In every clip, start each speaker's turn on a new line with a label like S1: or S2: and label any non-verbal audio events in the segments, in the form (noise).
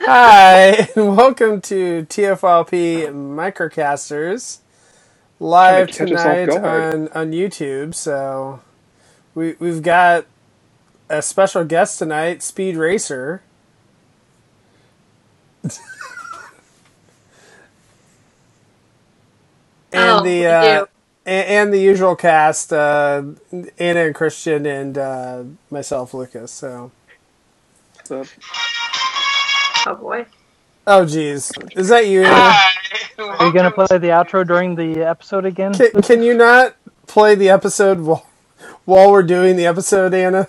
S1: Hi, (laughs) and welcome to TFLP Microcasters live
S2: Trying to catch us off
S1: tonight
S2: guard.
S1: on, on YouTube. So we we've got a special guest tonight, Speed
S3: (laughs)
S1: Racer. and
S3: Oh, we
S1: the
S3: do.
S1: uh, and, and the usual cast, uh, Anna and Christian and uh, myself, Lucas. So
S2: So,
S3: Oh boy.
S1: oh geez, is that you?
S3: Uh,
S1: Anna?
S4: Are you
S5: Are
S4: gonna play the outro during the episode again?
S1: Can, can you not play the episode while, while we're doing the episode, Anna?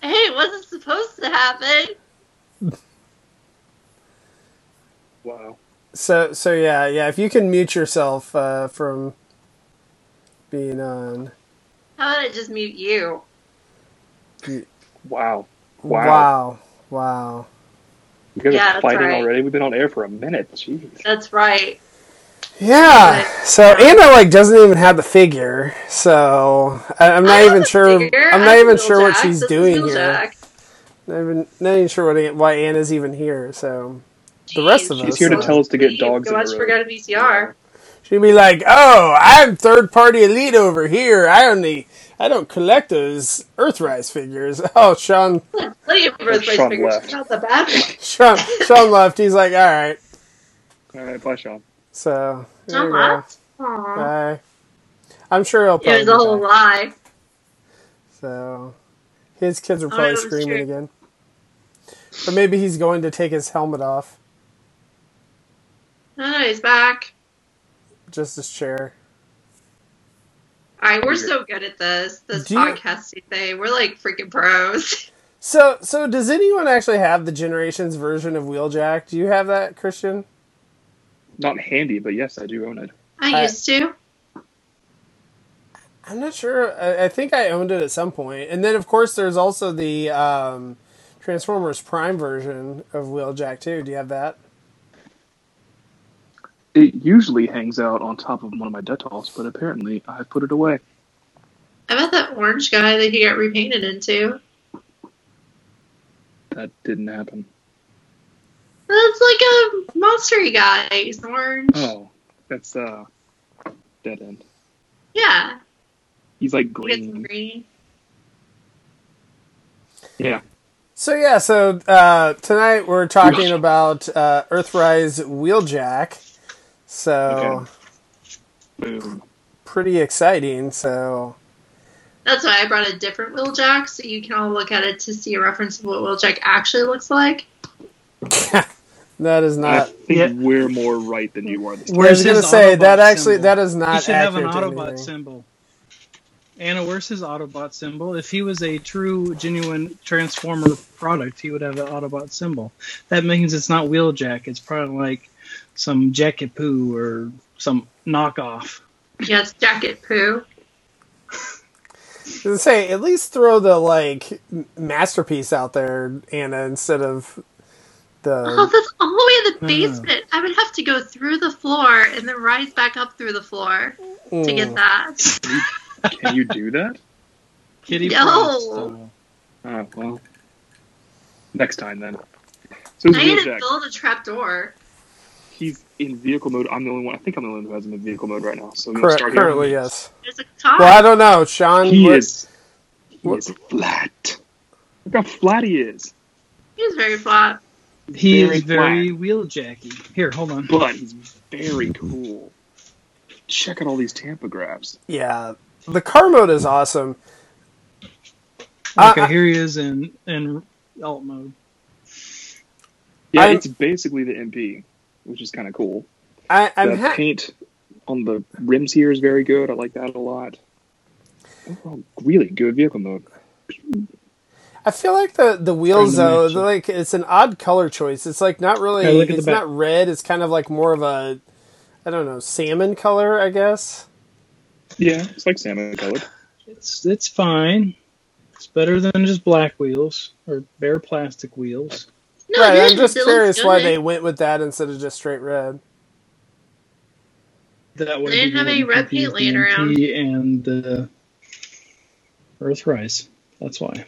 S3: Hey, it wasn't supposed to happen.
S2: wow.
S1: So so yeah yeah. If you can mute yourself uh, from being on.
S3: How about I just mute you?
S2: Wow. Wow.
S1: Wow wow.
S2: You guys
S3: Yeah,
S2: are
S3: that's
S2: fighting
S3: right.
S2: already? We've been on air for a minute. Jeez.
S3: That's right.
S1: Yeah. So Anna like doesn't even have the figure. So I, I'm not
S3: I have
S1: even
S3: a
S1: sure.
S3: figure.
S1: I'm not even
S3: Beetlejack.
S1: sure what she's
S3: This is
S1: doing here.
S3: Beetlejack.
S1: Not even not even sure what, why Anna's even here. So The rest of
S3: Jeez,
S1: us
S2: She's here to
S1: are-
S2: tell us to get
S3: please,
S2: dogs
S3: Go
S2: in a
S3: watch
S2: row.
S3: Forgotten VCR.
S1: She'd be like, "Oh, I'm third party elite over here. I only, I don't collect those Earthrise figures." (laughs) Oh, Sean,
S3: Plenty of Rose Rice
S2: Sean
S3: figures.
S2: left.
S3: She's Not the bad one.
S1: Sean, Sean left. He's like, "All right."
S2: All right, bye, Sean.
S1: So there
S3: Sean
S1: you go.
S3: left. Aw.
S1: Bye. I'm sure he'll
S3: It
S1: probably.
S3: was a whole
S1: be back.
S3: lie.
S1: So his kids are
S3: Oh,
S1: probably
S3: it was
S1: screaming
S3: true.
S1: again. Or maybe he's going to take his helmet off,
S3: No, no, he's back.
S1: just his chair.
S3: All right, we're so good at this this
S1: Do you-
S3: podcasting thing. We're like freaking pros. (laughs)
S1: So, so does anyone actually have the Generations version of Wheeljack? Do you have that, Christian?
S2: Not handy, but yes, I do own it.
S3: I
S1: I-
S3: used to.
S1: I'm not sure. I, I think I owned it at some point. And then, of course, there's also the um, Transformers Prime version of Wheeljack too. Do you have that?
S2: It usually hangs out on top of one of my detols, but apparently I put it away.
S3: I bet that orange guy that he got repainted into.
S2: That didn't happen.
S3: That's like a monstery guy. He's orange.
S2: Oh, that's uh, dead end.
S3: Yeah.
S2: He's like
S3: He gets
S2: green.
S3: green.
S2: Yeah.
S1: So yeah, so uh, tonight we're talking about uh, Earthrise Wheeljack. So
S2: Okay. Boom.
S1: pretty exciting. So (laughs)
S3: That's why I brought a different Wheeljack, so you can all look at it to see a reference of what Wheeljack actually looks like.
S1: that is
S2: I
S1: not.
S2: think
S4: yeah.
S2: we're more right than you are this time.
S1: I was
S6: Where's
S1: gonna
S6: his
S1: say
S6: Autobot
S1: that actually
S6: symbol?
S1: that is not.
S6: He should have an
S1: accurate to
S6: Autobot
S1: anything.
S6: symbol. Anna, where's his Autobot symbol? If he was a true, genuine Transformer product, he would have an Autobot symbol. That means it's not Wheeljack. It's probably like some Jacket Poo or some knockoff.
S3: Yeah, it's jacket poo.
S1: I was gonna say at least throw the like m- masterpiece out there, Anna, instead of
S3: Oh,
S1: the.
S3: that's all the way in the
S6: Hmm.
S1: uh.
S3: basement. I would have to go through the floor and then rise back up through the floor to get
S1: Mm.
S3: that.
S2: Can you
S1: (laughs)
S2: do that?
S6: Kitty
S3: No.
S6: Pryde style.
S2: Oh, well. Next time then. So it's
S3: I had to
S2: Wheeljack.
S3: build a trapdoor.
S2: He's in vehicle mode. I'm the only one. I think I'm the only one who has him in vehicle mode right now. So we'll
S1: Cur-
S2: start
S1: currently,
S2: here.
S1: yes.
S3: There's a top.
S1: Well, I don't know, Sean.
S2: He
S1: what-
S2: is. He
S1: what-
S2: is flat. Look how flat he is.
S3: He was very flat.
S6: He
S2: Very
S6: is very Wheeljacky. Here, hold on.
S2: But he's very cool. Check out all these tampographs.
S1: Yeah, the car mode is awesome. I-
S6: Okay, here he is in in alt mode.
S2: Yeah,
S1: I'm-
S2: it's basically the MP, which is kind of cool.
S1: I, I'm
S2: the
S1: ha-
S2: paint on the rims here is very good. I like that a lot. Overall, really good vehicle mode.
S1: I feel like the the wheels
S6: Trying to
S1: though,
S6: match
S1: they're
S6: it.
S1: like it's an odd color choice. It's like not really.
S6: Hey, look at the
S1: it's
S6: back.
S1: not red. It's kind of like more of a, I don't know, salmon color. I guess.
S2: Yeah, it's like salmon colored.
S6: It's it's fine. It's better than just black wheels or bare plastic wheels.
S3: No,
S1: right.
S3: it
S1: I'm
S3: is.
S1: just
S3: It looks
S1: curious why
S3: good.
S1: they went with that instead of just straight red.
S6: That would
S3: They didn't
S6: be
S3: have any
S6: what
S3: red paint
S6: confused
S3: laying
S6: the
S3: around.
S6: MP And uh, the Earthrise. That's why.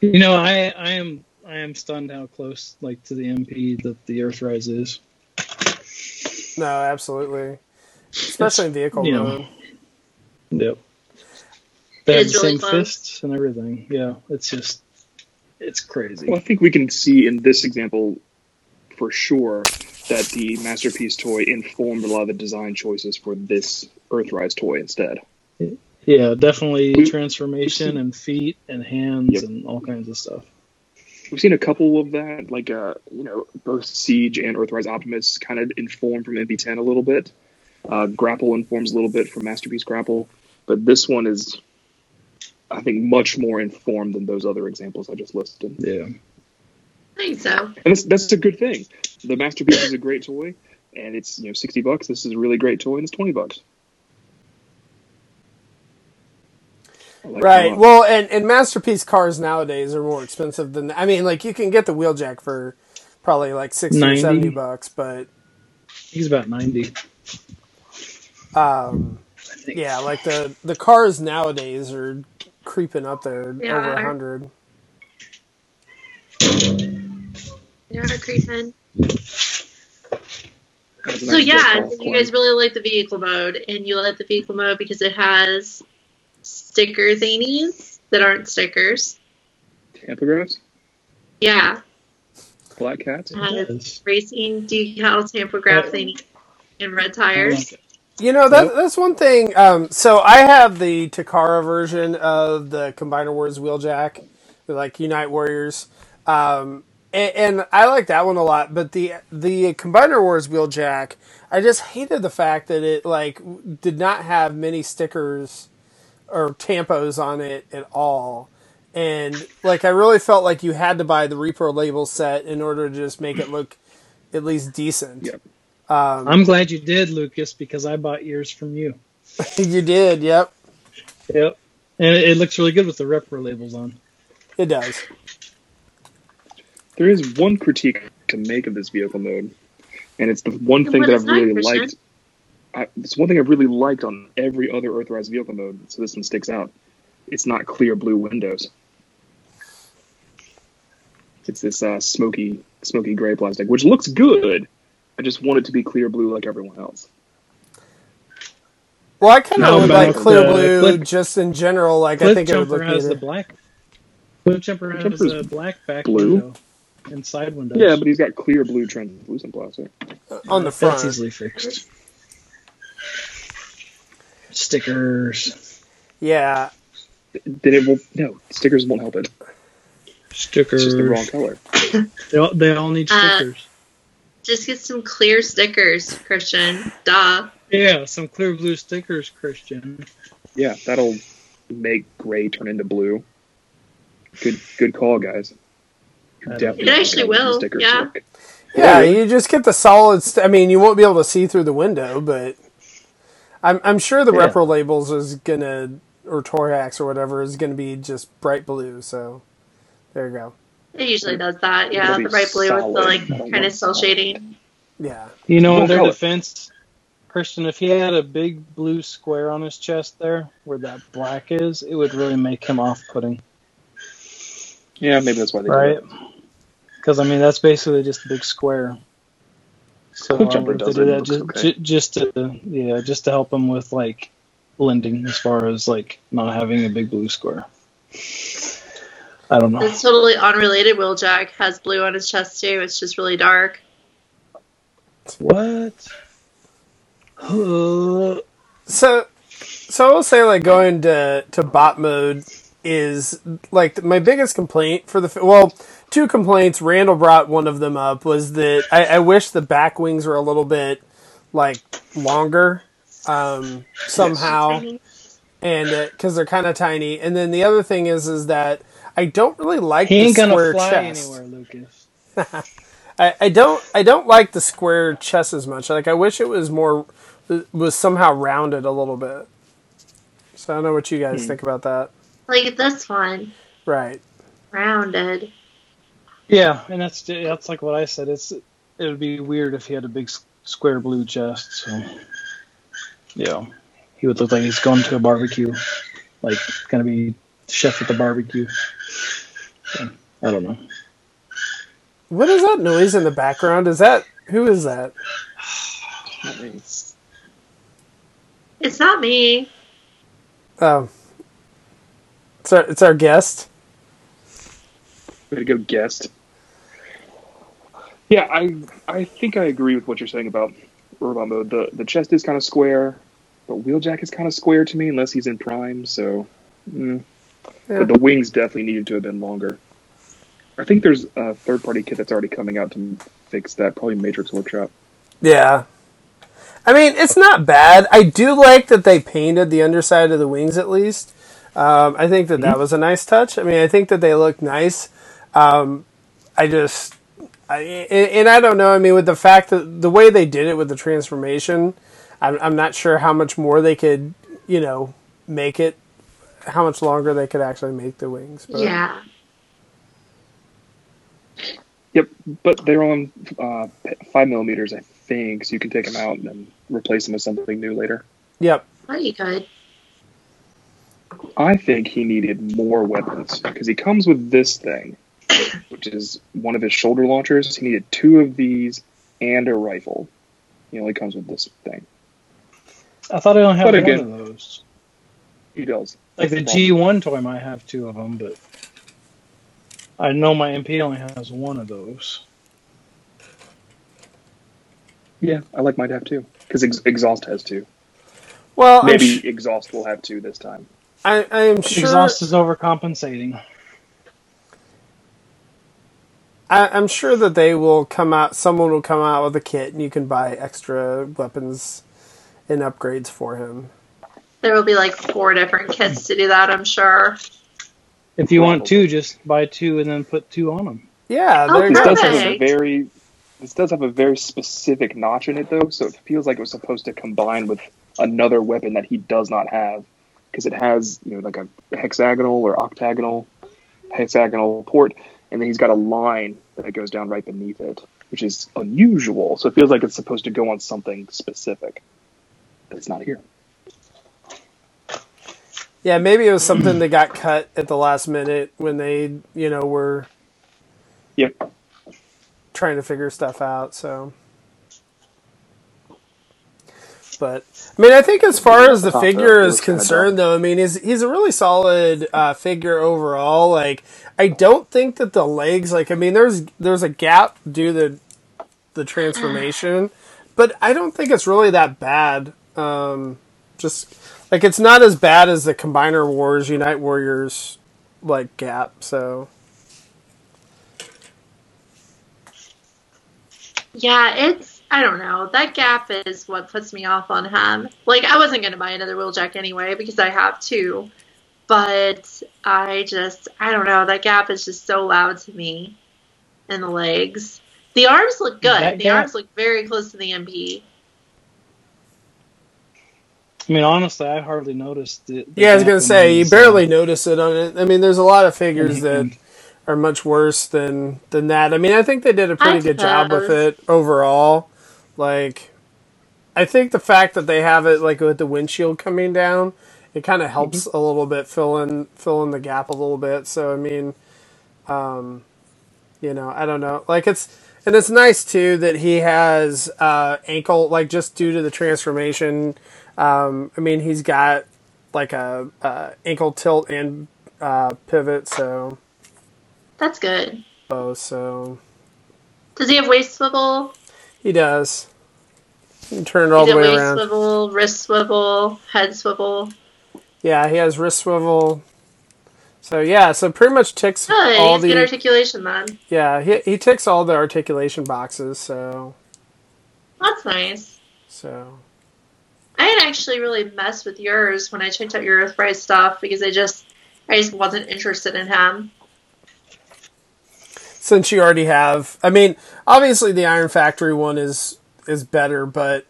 S6: You know, I I am I am stunned how close, like, to the MP that the Earthrise is.
S1: No, absolutely. Especially in vehicle
S6: you know,
S1: mode.
S6: Yep. They have
S3: It's
S6: the
S3: really
S6: same
S3: fun.
S6: fists and everything. Yeah, it's just, it's crazy.
S2: Well, I think we can see in this example for sure that the masterpiece toy informed a lot of the design choices for this Earthrise toy instead.
S6: Yeah, definitely
S2: We-
S6: transformation and feet and hands
S2: Yep.
S6: and all kinds of stuff.
S2: We've seen a couple of that, like uh, you know, both Siege and Earthrise Optimus kind of informed from MP10 a little bit. Uh, Grapple informs a little bit from Masterpiece Grapple, but this one is, I think, much more informed than those other examples I just listed.
S6: Yeah.
S3: I think so.
S2: and that's that's a good thing. The masterpiece is a great toy, and it's you know sixty bucks. This is a really great toy, and it's twenty bucks. I like
S1: Right.
S2: that.
S1: Well, and, and masterpiece cars nowadays are more expensive than I mean, like you can get the wheeljack for probably like 60 or
S6: 90.
S1: 70 bucks, but
S6: He's about 90.
S1: um
S6: I think.
S1: yeah, like the the cars nowadays are creeping up there
S3: Yeah.
S1: over 100.
S3: Yeah, creeping.
S2: That was a
S3: So
S2: nice
S3: yeah,
S2: little
S3: you guys really like the vehicle mode, and you like the vehicle mode because it has sticker thingies that aren't stickers.
S2: Tampographs,
S3: Yeah,
S2: black cats.
S3: it has
S6: Yes.
S3: racing decal, tampograph
S6: Oh.
S3: thingy, and red tires.
S1: You know, that that's one thing um so I have the Takara version of the Combiner Wars wheeljack, like Unite Warriors. Um and, and I like that one a lot, but the the Combiner Wars wheeljack, I just hated the fact that it like w- did not have many stickers or tampos on it at all. And like I really felt like you had to buy the repro label set in order to just make it look at least decent.
S2: Yep.
S1: Um,
S6: I'm glad you did, Lucas, because I bought yours from you.
S1: (laughs) you did, yep.
S6: Yep. And it, it looks really good with the Repro labels on.
S1: It does.
S2: There is one critique to make of this vehicle mode, and it's the one
S3: And
S2: thing
S3: what
S2: that
S3: is
S2: I've
S3: that,
S2: really
S3: Christian?
S2: liked. I, it's one thing I've really liked on every other Earthrise vehicle mode. So this one sticks out. It's not clear blue windows. It's this uh, smoky, smoky gray plastic, which looks good. I just want it to be clear blue like everyone else.
S1: Well, I kind
S6: How
S1: of would like
S6: about
S1: clear
S6: the
S1: blue
S6: clip-
S1: just in general. Like I
S6: Cliff
S1: think it would
S6: Jumper
S1: look
S6: has
S1: neater.
S6: the black. Cliff Jumper
S2: Cliff
S6: has
S2: Jumper's
S6: the black back
S2: blue.
S6: window and side windows.
S2: Yeah, but he's got clear blue translucent plastic.
S1: on the
S6: That's
S1: front.
S6: easily fixed. Stickers.
S1: Yeah,
S2: Then it will no stickers won't help it. It's
S6: Stickers.
S2: just the wrong color.
S6: They, all, they all need
S3: Uh,
S6: stickers.
S3: Just get some clear stickers, Christian. Duh.
S6: yeah, some clear blue stickers, Christian.
S2: Yeah, that'll make gray turn into blue. Good, good call, guys.
S6: I don't-
S2: Definitely
S3: It actually
S2: gonna
S3: will,
S2: sticker
S3: yeah.
S2: trick.
S1: yeah. You just get the solid. St- I mean, you won't be able to see through the window, but I'm I'm sure the
S2: Yeah.
S1: repro labels is gonna or Torax or whatever is gonna be just bright blue. So there you go.
S3: It usually does that. Yeah,
S2: That'd
S3: the
S2: be
S3: bright blue with
S2: solid.
S3: the
S2: I
S3: like
S2: don't
S3: kind
S2: know.
S3: of cell shading.
S1: Yeah,
S6: You know,
S2: What
S6: in their
S2: color?
S6: defense, Christian, if he had a big blue square on his chest there, where that black is, it would really make him off-putting,
S2: Yeah, maybe that's why they
S6: right?
S2: do it.
S6: Because I mean, that's basically just a big square. So
S2: Cliff
S6: uh,
S2: Jumper
S6: if they
S2: does
S6: do
S2: it, it
S6: that
S2: looks
S6: just,
S2: okay.
S6: ju- just to yeah, just to help him with like blending as far as like not having a big blue square. I don't know.
S3: It's totally unrelated. Will Jack has blue on his chest too. It's just really dark.
S6: What? Uh,
S1: so so I will say like going to to bot mode is like my biggest complaint for the fi- well two complaints Randall brought one of them up was that I, I wish the back wings were a little bit like longer um, somehow and because they're kind of tiny and then the other thing is is that I don't really like
S6: he
S1: the
S6: ain't gonna
S1: square
S6: fly
S1: chest.
S6: anywhere, Lucas.
S1: I, I don't I don't like the square chest as much. Like I wish it was more was somehow rounded a little bit. So I don't know what you guys think about that.
S3: Like this one,
S1: Right.
S3: rounded.
S6: Yeah, and that's that's like what I said. It's it would be weird if he had a big s- square blue chest. So yeah, he would look like he's going to a barbecue, like gonna be chef at the barbecue. So, I don't know.
S1: What is that noise in the background? Is that who is that?
S3: It's not me.
S1: Um, it's our it's our guest.
S2: Way to go, guest. Yeah, I I think I agree with what you're saying about robot mode. The the chest is kind of square, but Wheeljack is kind of square to me unless he's in prime. So, mm.
S1: Yeah.
S2: but the wings definitely needed to have been longer. I think there's a third party kit that's already coming out to fix that. Probably Matrix Workshop.
S1: Yeah. I mean, it's not bad. I do like that they painted the underside of the wings at least. Um, I think that that was a nice touch. I mean, I think that they look nice. Um, I just, I, and and I don't know. I mean, with the fact that the way they did it with the transformation, I'm, I'm not sure how much more they could, you know, make it, how much longer they could actually make the wings. But
S3: Yeah.
S2: Yep, but they're on uh, five millimeters, I think, so you can take them out and replace them with something new later.
S1: Yep.
S3: Oh, you could.
S2: I think he needed more weapons because he comes with this thing, which is one of his shoulder launchers. He needed two of these and a rifle. He only comes with this thing.
S6: I thought I don't have
S2: But
S6: one
S2: again-
S6: of those.
S2: He does.
S6: Like the
S2: Well,
S6: G1 toy might have two of them, but I know my MP only has one of those.
S2: Yeah, I like mine to have two because ex- exhaust has two.
S1: Well, Oh, I'm,
S2: Maybe
S1: sh-
S2: exhaust will have two this time.
S1: I, I am sure.
S6: Exhaust is overcompensating.
S1: I, I'm sure that they will come out. Someone will come out with a kit, and you can buy extra weapons and upgrades for him.
S3: There will be like four different kits to do that, I'm sure.
S6: If you want two, just buy two and then put two on them.
S1: Yeah,
S3: Oh,
S1: there you
S2: This
S1: go.
S2: does have a
S3: Perfect.
S2: very this does have a very specific notch in it though, so it feels like it was supposed to combine with another weapon that he does not have because it has you know like a hexagonal or octagonal hexagonal port, and then he's got a line that goes down right beneath it, which is unusual. So it feels like it's supposed to go on something specific. But it's not here.
S1: Yeah, maybe it was something that got cut at the last minute when they, you know, were
S2: Yep.
S1: trying to figure stuff out. So, but I mean, I think as far as the
S2: Top
S1: figure
S2: up, it
S1: is
S2: was kinda
S1: concerned, though, I mean, he's he's a really solid uh, figure overall. Like, I don't think that the legs, like, I mean, there's there's a gap due to the transformation, but I don't think it's really that bad. Um, just like it's not as bad as the Combiner Wars Unite Warriors like gap. So
S3: Yeah, it's I don't know. That gap is what puts me off on him. Like I wasn't gonna buy another wheeljack anyway because I have two. But I just I don't know, that gap is just so loud to me. And the legs. The arms look good.
S6: That
S3: the
S6: gap-
S3: arms look very close to the MP.
S6: I mean, honestly, I hardly noticed it.
S1: Yeah, I was gonna say you barely notice it on it. I mean, there's a lot of figures that are much worse than than that. I mean, I think they did a pretty
S3: I
S1: good job with
S3: suppose.
S1: it overall. Like, I think the fact that they have it like with the windshield coming down, it kind of helps a little bit fill in fill in the gap a little bit. So I mean, um, you know, I don't know. Like it's and it's nice too that he has uh, ankle like just due to the transformation. Um, I mean, he's got like a uh, ankle tilt and uh, pivot. So
S3: That's good.
S1: oh, so
S3: Does he have waist swivel?
S1: he does. You can turn it all
S3: Is
S1: the
S3: it
S1: way
S3: waist
S1: around.
S3: swivel, wrist swivel, head swivel?
S1: Yeah, he has wrist swivel. So yeah, so pretty much ticks
S3: Good.
S1: all
S3: He's good
S1: the
S3: articulation then.
S1: yeah he he ticks all the articulation boxes. So
S3: That's nice.
S1: so
S3: I had actually really messed with yours when I checked out your Earthrise stuff because I just I just wasn't interested in him.
S1: since you already have, I mean, obviously the Iron Factory one is is better, but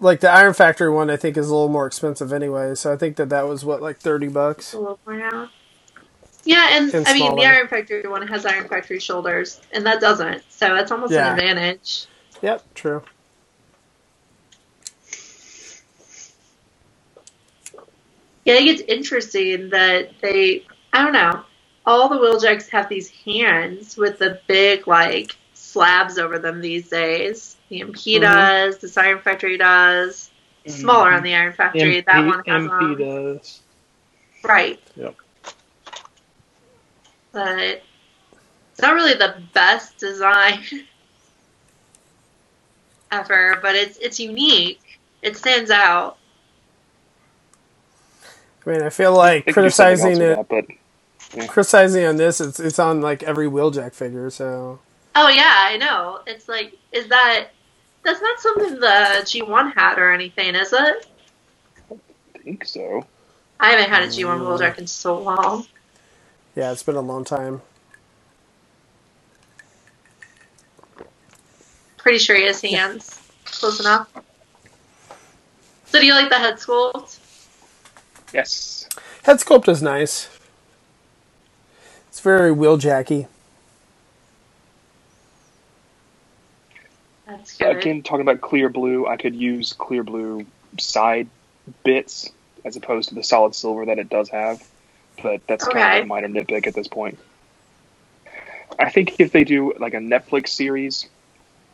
S1: like the Iron Factory one, I think is a little more expensive anyway. So I think that that was what like thirty bucks.
S3: A little more now. Yeah, and,
S1: And
S3: I mean the
S1: smaller.
S3: Iron Factory one has Iron Factory shoulders, and that doesn't, so that's almost
S1: Yeah.
S3: an advantage.
S1: Yep, true.
S3: Yeah, I think it's interesting that they I don't know. All the Wheeljacks have these hands with the big like slabs over them these days. The MP
S1: Mm-hmm.
S3: does, this Iron Factory does. Smaller on the Iron Factory, that one has
S5: MP
S3: them.
S5: does.
S3: Right.
S5: Yep.
S3: But it's not really the best design (laughs) ever, but it's it's unique. It stands out.
S1: I mean, I feel like
S2: They could do something
S1: criticizing it,
S2: else with that,
S1: criticizing on this, it's it's on like every Wheeljack figure. So
S3: Oh yeah, I know. It's like is that that's not something the G one had or anything, is it?
S2: but I think so.
S3: I haven't had a G one Wheeljack in so long.
S1: yeah, it's been a long time.
S3: Pretty sure he has hands. Close enough. So do you like the head sculpt?
S2: Yes.
S1: Head sculpt is nice. It's very Wheeljacky.
S3: That's good.
S2: Again, talking about clear blue, I could use clear blue side bits as opposed to the solid silver that it does have, but that's kind
S3: Okay.
S2: of a minor nitpick at this point. I think if they do like a Netflix series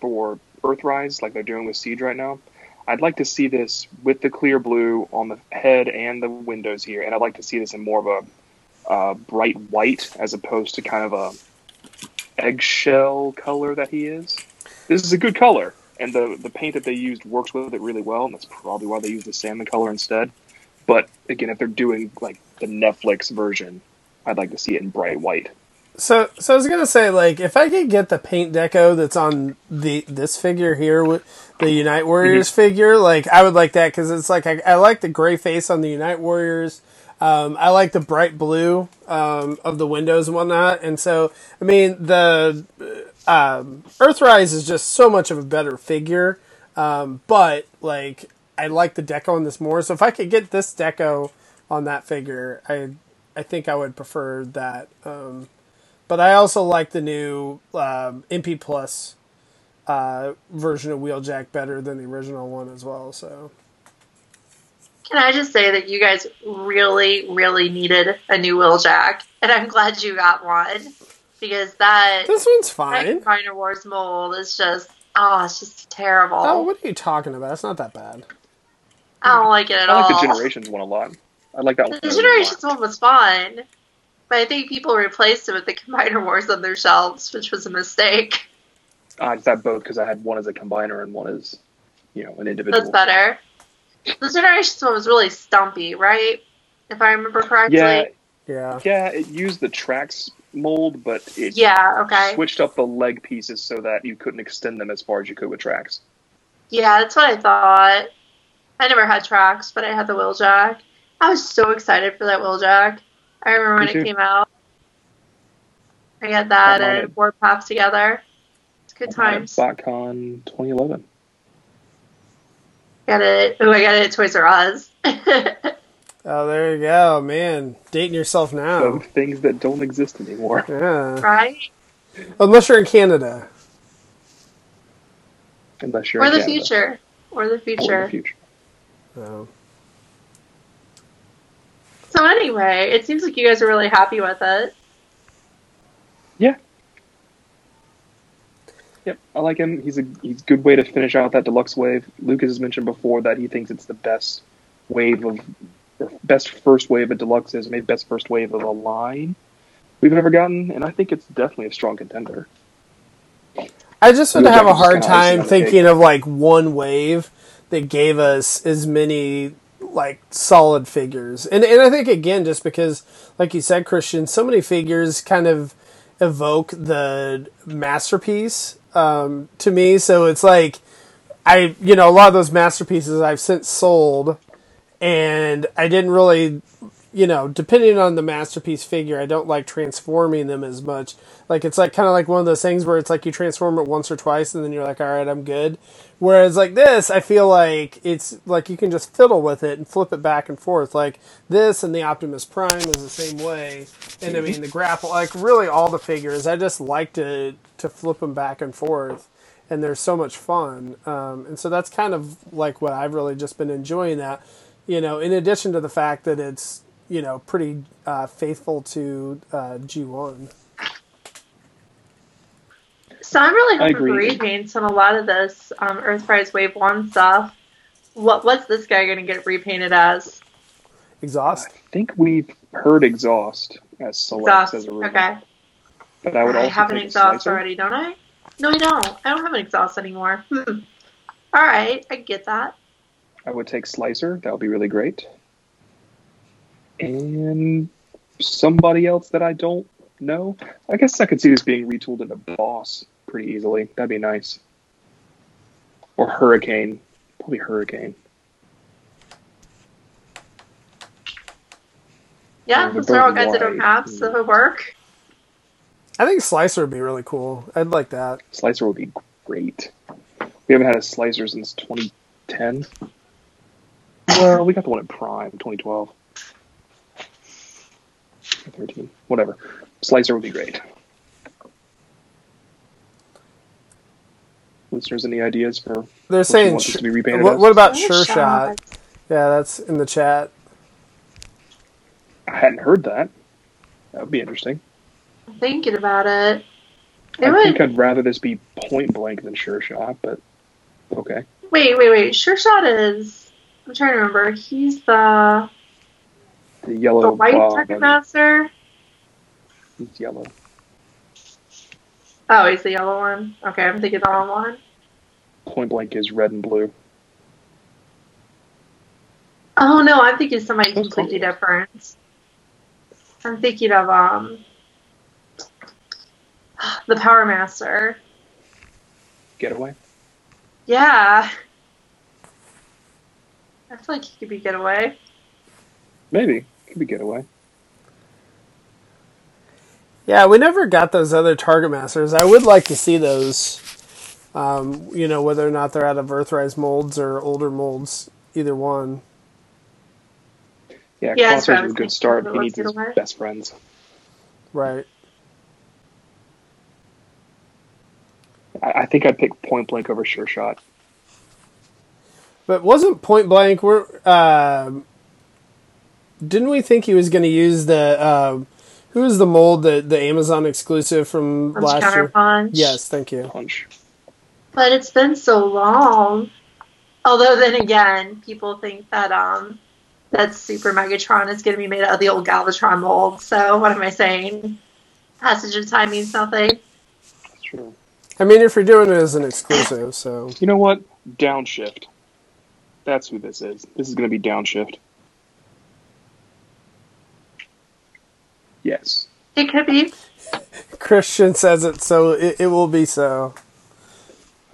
S2: for Earthrise, like they're doing with Siege right now, I'd like to see this with the clear blue on the head and the windows here, and I'd like to see this in more of a uh, bright white as opposed to kind of a eggshell color that he is. This is a good color, and the the paint that they used works with it really well, and that's probably why they used the salmon color instead. But again, if they're doing like the Netflix version, I'd like to see it in bright white.
S1: So, so I was gonna say, like, if I could get the paint deco that's on the this figure here, with the Unite Warriors figure, like, I would like that because it's like I, I like the gray face on the Unite Warriors. Um, I like the bright blue um, of the windows and whatnot, and so I mean the um, Earthrise is just so much of a better figure, um, but like I like the deco on this more. So if I could get this deco on that figure, I I think I would prefer that. Um, but I also like the new um, MP Plus uh, version of Wheeljack better than the original one as well. So
S3: Can I just say that you guys really, really needed a new Wheeljack, and I'm glad you got one because that
S1: this one's
S3: that
S1: fine.
S3: Minor Wars mold is just oh, it's just terrible.
S1: Oh, what are you talking about? It's not that bad.
S3: I don't like it at
S2: I like
S3: all.
S2: the Generations one a lot. I like that one.
S3: Oh. The Generations one was fun, but I think people replaced it with the Combiner Wars on their shelves, which was a mistake.
S2: I just had both because I had one as a combiner and one as you know an
S3: That's
S2: individual.
S3: better. The Generations one was really stumpy, right? If I remember correctly.
S2: Yeah,
S1: Yeah.
S2: yeah. It used the tracks mold, but it
S3: Yeah, okay.
S2: switched up the leg pieces so that you couldn't extend them as far as you could with tracks.
S3: Yeah, that's what I thought. I never had tracks, but I had the Wheeljack. I was so excited for that Wheeljack. I remember when
S2: Me
S3: it
S2: too.
S3: came out. I got that
S2: I bought
S3: and
S2: it.
S3: War Path together. It's good times.
S2: BotCon 2011.
S3: Got it. Oh, I got it at Toys R Us. (laughs) I
S1: Oh, there you go, man. Dating yourself
S2: So
S1: now.
S2: things that don't exist anymore.
S1: Yeah.
S3: Right?
S1: Unless you're in Canada.
S2: Unless you're
S3: Or
S2: in
S3: the
S2: Canada.
S3: future.
S2: Or
S3: Or the
S2: in the
S3: future.
S2: future.
S1: Oh.
S3: So anyway, it seems like you guys are really happy with it.
S2: Yep, I like him. He's a he's a good way to finish out that deluxe wave. Lucas has mentioned before that he thinks it's the best wave of or best first wave of deluxes, maybe best first wave of a line we've ever gotten, and I think it's definitely a strong contender.
S1: I just would
S2: Wheeljack
S1: have a
S2: is
S1: hard
S2: kinda icing
S1: time
S2: on the cake.
S1: thinking of like one wave that gave us as many like solid figures. And and I think again just because like you said Christian, so many figures kind of evoke the masterpiece um, to me, so it's like I you know a lot of those masterpieces I've since sold and I didn't really you know, depending on the masterpiece figure, I don't like transforming them as much. Like it's like kind of like one of those things where it's like you transform it once or twice and then you're like, all right, I'm good. Whereas like this, I feel like it's like you can just fiddle with it and flip it back and forth. Like this and the Optimus Prime is the same way, and I mean the grapple, like really all the figures. I just like to to flip them back and forth and they're so much fun. Um, and so that's kind of like what I've really just been enjoying that, you know, in addition to the fact that it's, you know, pretty uh, faithful to uh, G1.
S3: So I'm really
S2: I
S3: hoping for
S2: agree.
S3: repaints on a lot of this um, Earthrise Wave One stuff. What what's this guy gonna get repainted as?
S1: Exhaust.
S2: I think we've heard exhaust as select
S3: Exhaust.
S2: as a rumor,
S3: Okay,
S2: but I would also
S3: have an
S2: take
S3: exhaust
S2: Slicer.
S3: already, don't I? No, I don't. I don't have an exhaust anymore. Hmm. All right, I get that.
S2: I would take Slicer. That would be really great. And somebody else that I don't know. I guess I could see this being retooled into Boss pretty easily. That'd be nice. Or Hurricane. Probably Hurricane.
S3: Yeah,
S2: Yeah,
S3: those are all
S2: they're Hmm.
S3: guys I don't
S2: white.
S3: have, so it'll work.
S1: I think Slicer would be really cool. I'd like that.
S2: Slicer would be great. We haven't had a Slicer since 2010. Well, we got the one at Prime, 2012. 13, whatever. Slicer would be great. Listeners, any ideas for
S1: They're
S2: what you
S1: saying.
S2: want this
S1: Sh-
S2: to be repainted
S1: what,
S2: as?
S1: what about
S3: What a
S1: Sure Shot?
S3: shot.
S1: Yeah, that's in the chat.
S2: I hadn't heard that. That would be interesting.
S3: I'm thinking about it. It
S2: I
S3: would.
S2: think I'd rather this be point blank than sure shot, but okay.
S3: Wait, wait, wait. Sure Shot is. I'm trying to remember. He's the
S2: The
S3: the
S2: yellow
S3: white
S2: bob
S3: Target
S2: and
S3: Master.
S2: it's yellow.
S3: Oh, he's the yellow one. Okay, I'm thinking the wrong one.
S2: Point blank is red and blue.
S3: Oh no, I'm thinking somebody
S2: Who's
S3: completely
S2: Congress?
S3: different. I'm thinking of um (sighs) the Power Master.
S2: Getaway.
S3: Yeah. I feel like he could be getaway.
S2: Maybe. Could be getaway.
S1: Yeah, we never got those other Target Masters. I would like to see those. Um, you know, whether or not they're out of Earthrise molds or older molds, either one.
S2: Yeah,
S3: Yeah,
S2: yeah
S3: that's what I
S2: a
S3: was
S2: good
S3: thinking,
S2: start.
S3: but
S2: He
S3: let's
S2: needs
S3: get
S2: his
S3: away.
S2: best friends.
S1: Right.
S2: I, I think I'd pick point blank over sure shot.
S1: But wasn't point blank? We're um didn't we think he was going to use the um who was the mold that the Amazon exclusive from
S3: Punch
S1: last year?
S3: counterpunch.
S1: Yes, thank you.
S2: Punch.
S3: But it's been so long. Although then again, people think that um that Super Megatron is gonna be made out of the old Galvatron mold, so what am I saying? Passage of time means nothing.
S2: That's true.
S1: I mean, if you're doing it as an exclusive, so
S2: You know what? Downshift. That's who this is. This is going to be downshift. Yes.
S3: It could be.
S1: Christian says it, so it, it will be so.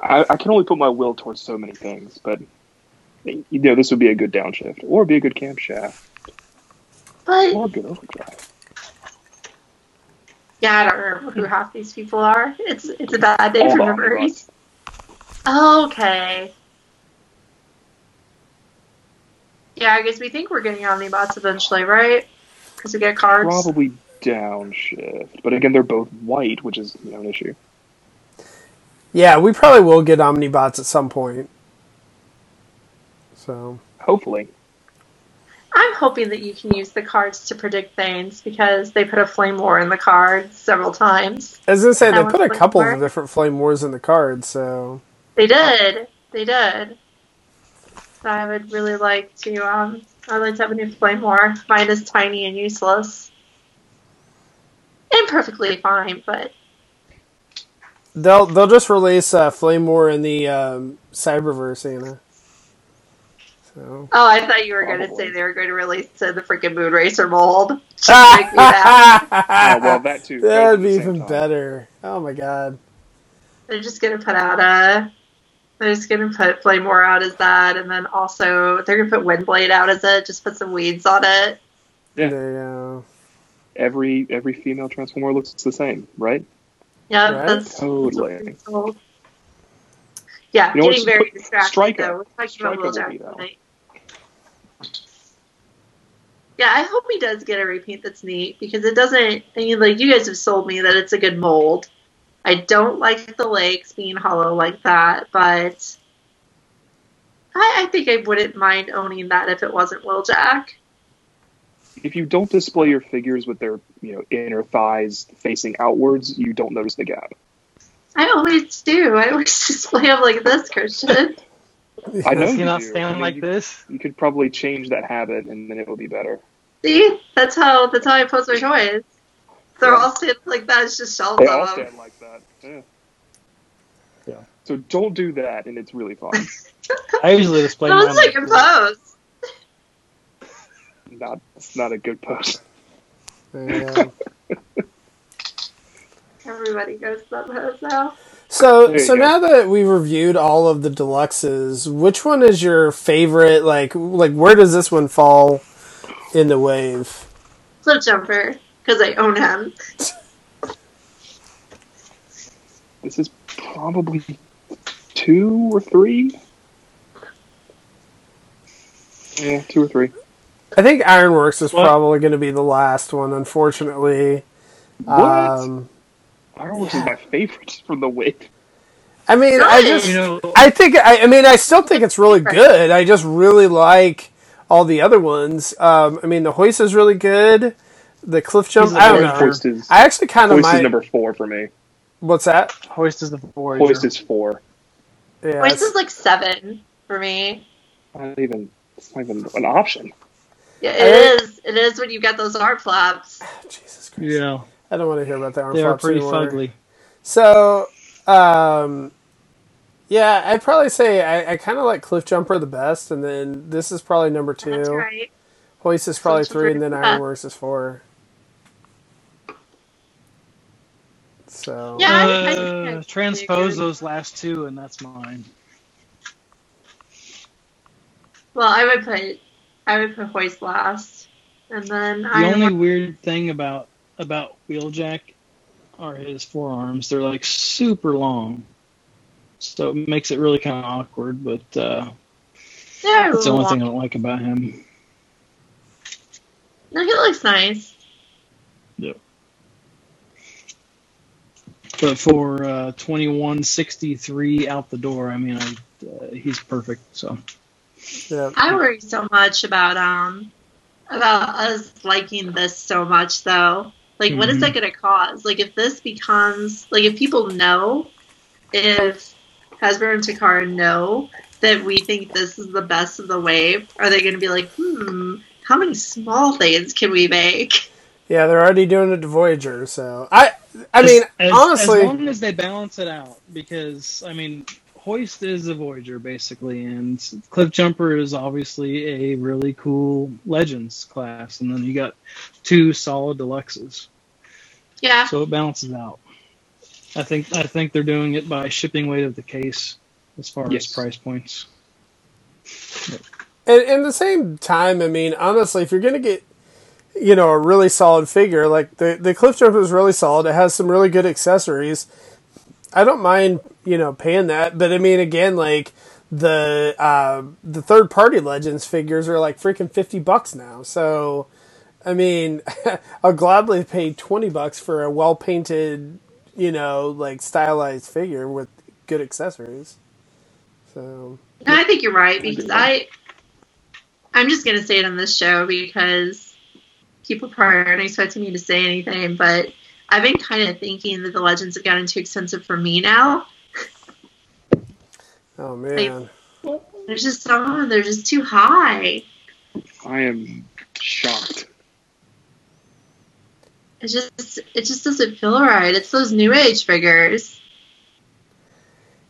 S2: I, I can only put my will towards so many things, but you know this would be a good downshift, or be a good camshaft,
S3: But
S2: or a good overdrive.
S3: Yeah, I don't remember who half these people are. It's it's a bad day
S2: All
S3: for
S2: the
S3: memories. Okay. Yeah, I guess we think we're getting Omnibots eventually, right? Because we get cards.
S2: Probably downshift, but again, they're both white, which is you know an issue.
S1: Yeah, we probably will get Omnibots at some point. So
S2: Hopefully,
S3: I'm hoping that you can use the cards to predict things because they put a flame war in the card several times.
S1: as I say,
S3: That
S1: they
S3: was
S1: put a
S3: Flame
S1: couple
S3: War?
S1: of different flame wars in the card, so
S3: They did. They did. So I would really like to um I'd like to have a new flame war. Mine is tiny and useless. And perfectly fine, but
S1: they'll they'll just release uh, flame war in the um, Cyberverse, Anna. So
S3: oh I thought you were gonna
S2: Probably.
S3: say they were gonna release to the freaking moon racer mold. make me
S1: (laughs)
S3: laugh.
S2: Uh, well, that too. both at
S1: That'd
S2: the
S1: be
S2: same
S1: even
S2: time.
S1: better. Oh my god.
S3: They're just gonna put out a they're just gonna put flame war out as that and then also they're gonna put windblade out as it, just put some weeds on it.
S2: Yeah.
S1: They, uh,
S2: Every every female transformer looks the same, right?
S3: Yeah,
S1: Right?
S3: that's
S2: Totally.
S3: So- Yeah,
S2: You know what,
S3: getting
S2: just
S3: very
S2: put-
S3: distracted.
S2: strike
S3: though.
S2: it.
S3: We're talking
S2: Strike
S3: about Will
S2: it will be
S3: Jackson
S2: that one.
S3: tonight. Yeah, I hope he does get a repaint that's neat because it doesn't. I mean, like you guys have sold me that it's a good mold. I don't like the legs being hollow like that, but I, I think I wouldn't mind owning that if it wasn't Will Jack.
S2: If you don't display your figures with their you know inner thighs facing outwards, you don't notice the gap.
S3: I always do. I always (laughs) just play them like this, Christian.
S2: I
S1: (laughs)
S2: know
S4: Does he
S2: you
S4: not
S2: do.
S4: stand
S2: I mean,
S4: like
S2: you,
S4: this?
S2: You could probably change that habit, and then it will be better.
S3: See, that's how that's how I post my toys. They're all standing like that. It's just shelves
S2: They all
S3: of them.
S2: stand like that. Yeah.
S5: Yeah.
S2: So don't do that, and it's really fun. (laughs)
S6: (laughs)
S5: I usually display mine.
S3: Sounds like a pose.
S2: not, it's not a good post.
S1: Yeah.
S3: Everybody goes to that pose now.
S1: So,
S2: There you
S1: so
S2: go.
S1: now that we've reviewed all of the deluxes, which one is your favorite? Like, like where does this one fall in the wave?
S3: Flip jumper because I own him.
S2: This is probably two or three. Yeah, two or three.
S1: I think Ironworks is
S6: What?
S1: probably going to be the last one, unfortunately.
S2: What?
S1: Um,
S2: Fireworks is my favorite from the wave.
S1: I mean, I
S3: Nice.
S1: just,
S6: You know,
S1: I think, I, I mean, I still think it's really good. I just really like all the other ones. Um, I mean, the hoist is really good. The cliff jump, I don't know.
S2: Hoist is,
S1: I actually kind of
S2: hoist is
S1: might.
S2: number four for me.
S1: what's that?
S4: Hoist is the voyager.
S2: Hoist is four.
S1: Yeah,
S3: Voice
S1: it's-
S3: is like seven for me.
S2: Not even. It's not even an option.
S3: Yeah,
S1: I-
S3: it is. It is when you get those arm flaps.
S1: Jesus Christ.
S6: yeah,
S1: I don't want to hear about the arm
S6: they are
S1: flops
S6: pretty
S1: anymore.
S6: fugly.
S1: So, um, yeah, I'd probably say I, I kind of like Cliff Jumper the best, and then this is probably number two.
S3: That's right.
S1: Hoist is probably
S3: Cliff
S1: three, and
S3: Jumper
S1: then
S3: is the best.
S1: Ironworks is four. So
S3: Yeah, I- I think I
S6: Uh,
S3: could
S6: transpose
S3: do good.
S6: those last two, and that's mine.
S3: Well, I would put I would put hoist last, and then
S6: The
S3: I
S6: only weird thing about about Wheeljack are his forearms. They're like super long, so it makes it really kind of awkward. But uh, that's the only thing I don't like about him.
S3: No, he looks nice.
S6: But for uh, twenty one sixty three out the door, I mean, I, uh, he's perfect. So
S1: yeah.
S3: I worry so much about um about us liking this so much though. Like what is
S6: Mhm.
S3: that gonna cause? Like if this becomes like if people know if Hasbro and Takara know that we think this is the best of the wave, are they gonna be like, hmm, how many small things can we make?
S1: yeah, they're already doing it to Voyager. So I, I
S6: As-
S1: mean,
S6: as-
S1: honestly,
S6: as long as they balance it out, because I mean, Hoist is a Voyager basically, and Cliff Jumper is obviously a really cool Legends class, and then you got two solid deluxes,
S3: Yeah.
S6: so it balances out. I think I think they're doing it by shipping weight of the case as far
S2: Yes.
S6: as price points.
S1: And in the same time, I mean, honestly, if you're going to get, you know, a really solid figure, like the, the Cliff Jumper is really solid. It has some really good accessories. I don't mind, you know, paying that. But I mean, again, like the uh, the third party Legends figures are like freaking 50 bucks now. So, I mean, (laughs) I'll gladly pay 20 bucks for a well painted, you know, like stylized figure with good accessories. So,
S3: No, I think you're right
S2: agree
S3: because
S2: with
S3: I, I'm just gonna say it on this show because people probably aren't expecting me to say anything, but I've been kind of thinking that the legends have gotten too expensive for me now.
S1: oh man.
S3: There's just some of them they're just too high.
S2: I am shocked.
S3: It just it just doesn't feel right. It's those new age figures.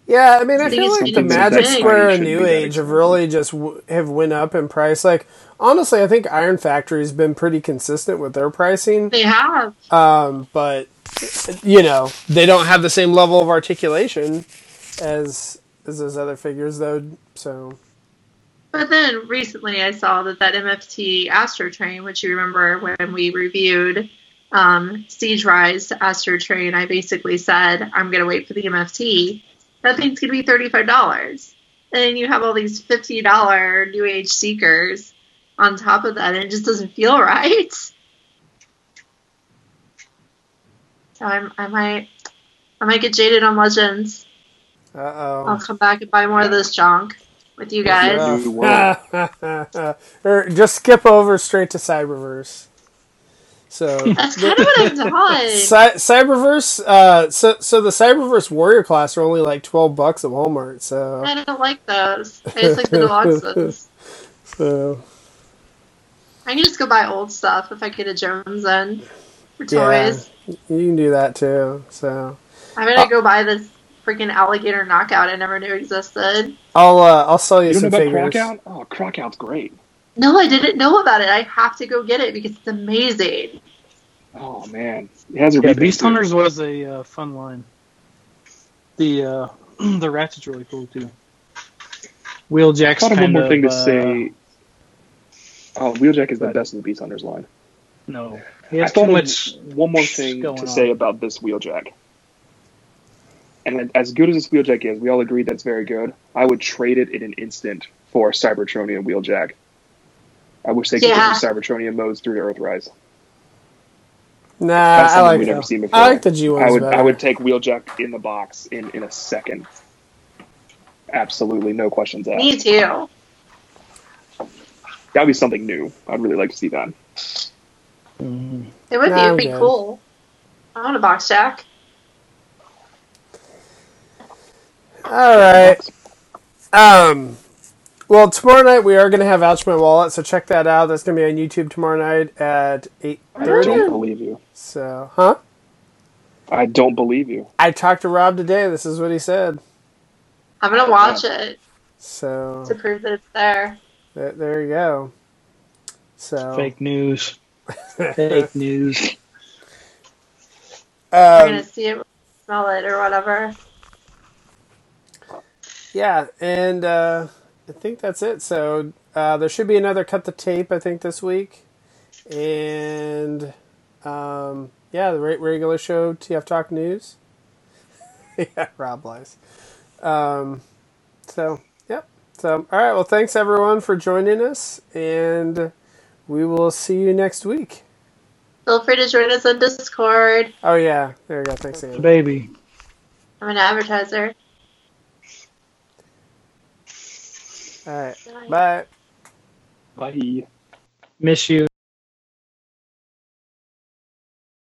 S1: Yeah, I mean, I
S3: I think
S1: feel
S3: it's
S1: like the
S3: something
S1: Magic
S3: that's
S1: Square
S2: big.
S1: and New
S2: Shouldn't be that
S1: Age have really just w- have went up in price. Like, honestly, I think Iron Factory's been pretty consistent with their pricing,
S3: They have
S1: um, but you know, they don't have the same level of articulation as as those other figures, though. So,
S3: But then recently I saw that that MFT Astro Train, which you remember when we reviewed um, Siege Rise to Astro Train, I basically said, I'm going to wait for the MFT. That thing's going to be $35. And then you have all these $50 New Age Seekers on top of that, and it just doesn't feel (laughs) right. So I'm, I might. I might get jaded on Legends.
S1: uh
S3: I'll
S1: oh.
S3: come back and buy more of this junk with you guys.
S2: Yeah.
S1: (laughs)
S2: New world.
S1: or just skip over straight to Cyberverse. So
S3: That's kind of what
S1: (laughs)
S3: I've done.
S1: Cy- Cyberverse. Uh, so so the Cyberverse Warrior class are only like twelve bucks at Walmart. So
S3: I don't like those. I just like the deluxe ones.
S1: so
S3: I can just go buy old stuff if I get a Jones in for
S1: Yeah. Oh.
S3: toys.
S1: you can do that too. So
S3: I'm gonna go buy this freaking alligator knockout I never knew existed.
S1: I'll uh, I'll sell you,
S2: You don't know
S1: some
S2: about
S1: figures.
S2: Crockout? Oh, Crockout's great.
S3: No, I didn't know about it. I have to go get it because it's amazing.
S2: Oh man, it has a
S6: Yeah,
S2: rebate,
S6: Beast
S2: too.
S6: Hunters was a uh, fun line. The uh, (clears throat) the ratchet's really cool too.
S2: I
S6: Wheeljack's
S2: thought of one
S6: kind
S2: more
S6: of,
S2: thing to
S6: uh,
S2: say. Oh, Wheeljack is the
S6: but-
S2: best of the Beast Hunters line.
S6: No, he has
S2: I thought
S6: too
S2: of
S6: much.
S2: one more thing
S6: going
S2: to say
S6: on.
S2: about this Wheeljack. And as good as this Wheeljack is, we all agree that's very good. I would trade it in an instant for Cybertronian Wheeljack. I wish they could
S3: Yeah.
S2: bring Cybertronian modes through to Earthrise.
S1: Nah,
S2: That's
S1: I
S2: something
S1: like
S2: we've never
S1: the,
S2: seen before.
S1: I like the G ones
S2: I would
S1: better.
S2: I would take Wheeljack in the box in, in a second. Absolutely, no questions
S3: Me
S2: asked.
S3: too.
S2: That'd be something new. I'd really like to see that.
S3: It would
S1: Nah, I'm
S3: be, it'd be
S1: good.
S3: cool. I want a box jack.
S1: All
S6: Uh,
S1: right. Um, well, tomorrow night we are going to have Ouch My Wallet, so check that out. That's going to be on YouTube tomorrow night at eight
S2: I
S1: thirty.
S2: don't believe you.
S1: So, huh?
S2: I don't believe you.
S1: I talked to Rob today. This is what he said.
S3: I'm gonna watch it
S1: So
S3: to prove that it's there.
S1: th- there you go. So
S6: Fake news. Fake news.
S3: We're gonna
S1: Um,
S3: see it, smell it, or whatever.
S1: yeah, and uh, I think that's it. So uh, there should be another cut the tape. I think this week, and um, yeah, the re- regular show TF Talk News. (laughs) yeah, Rob lies. Um, so yep. So all right. Well, thanks everyone for joining us, and we will see you next week.
S3: Feel free to join us on Discord.
S1: Oh yeah, there you go. Thanks, Anna.
S6: Baby.
S3: I'm an advertiser.
S1: All right. Bye.
S2: Bye.
S6: Miss you.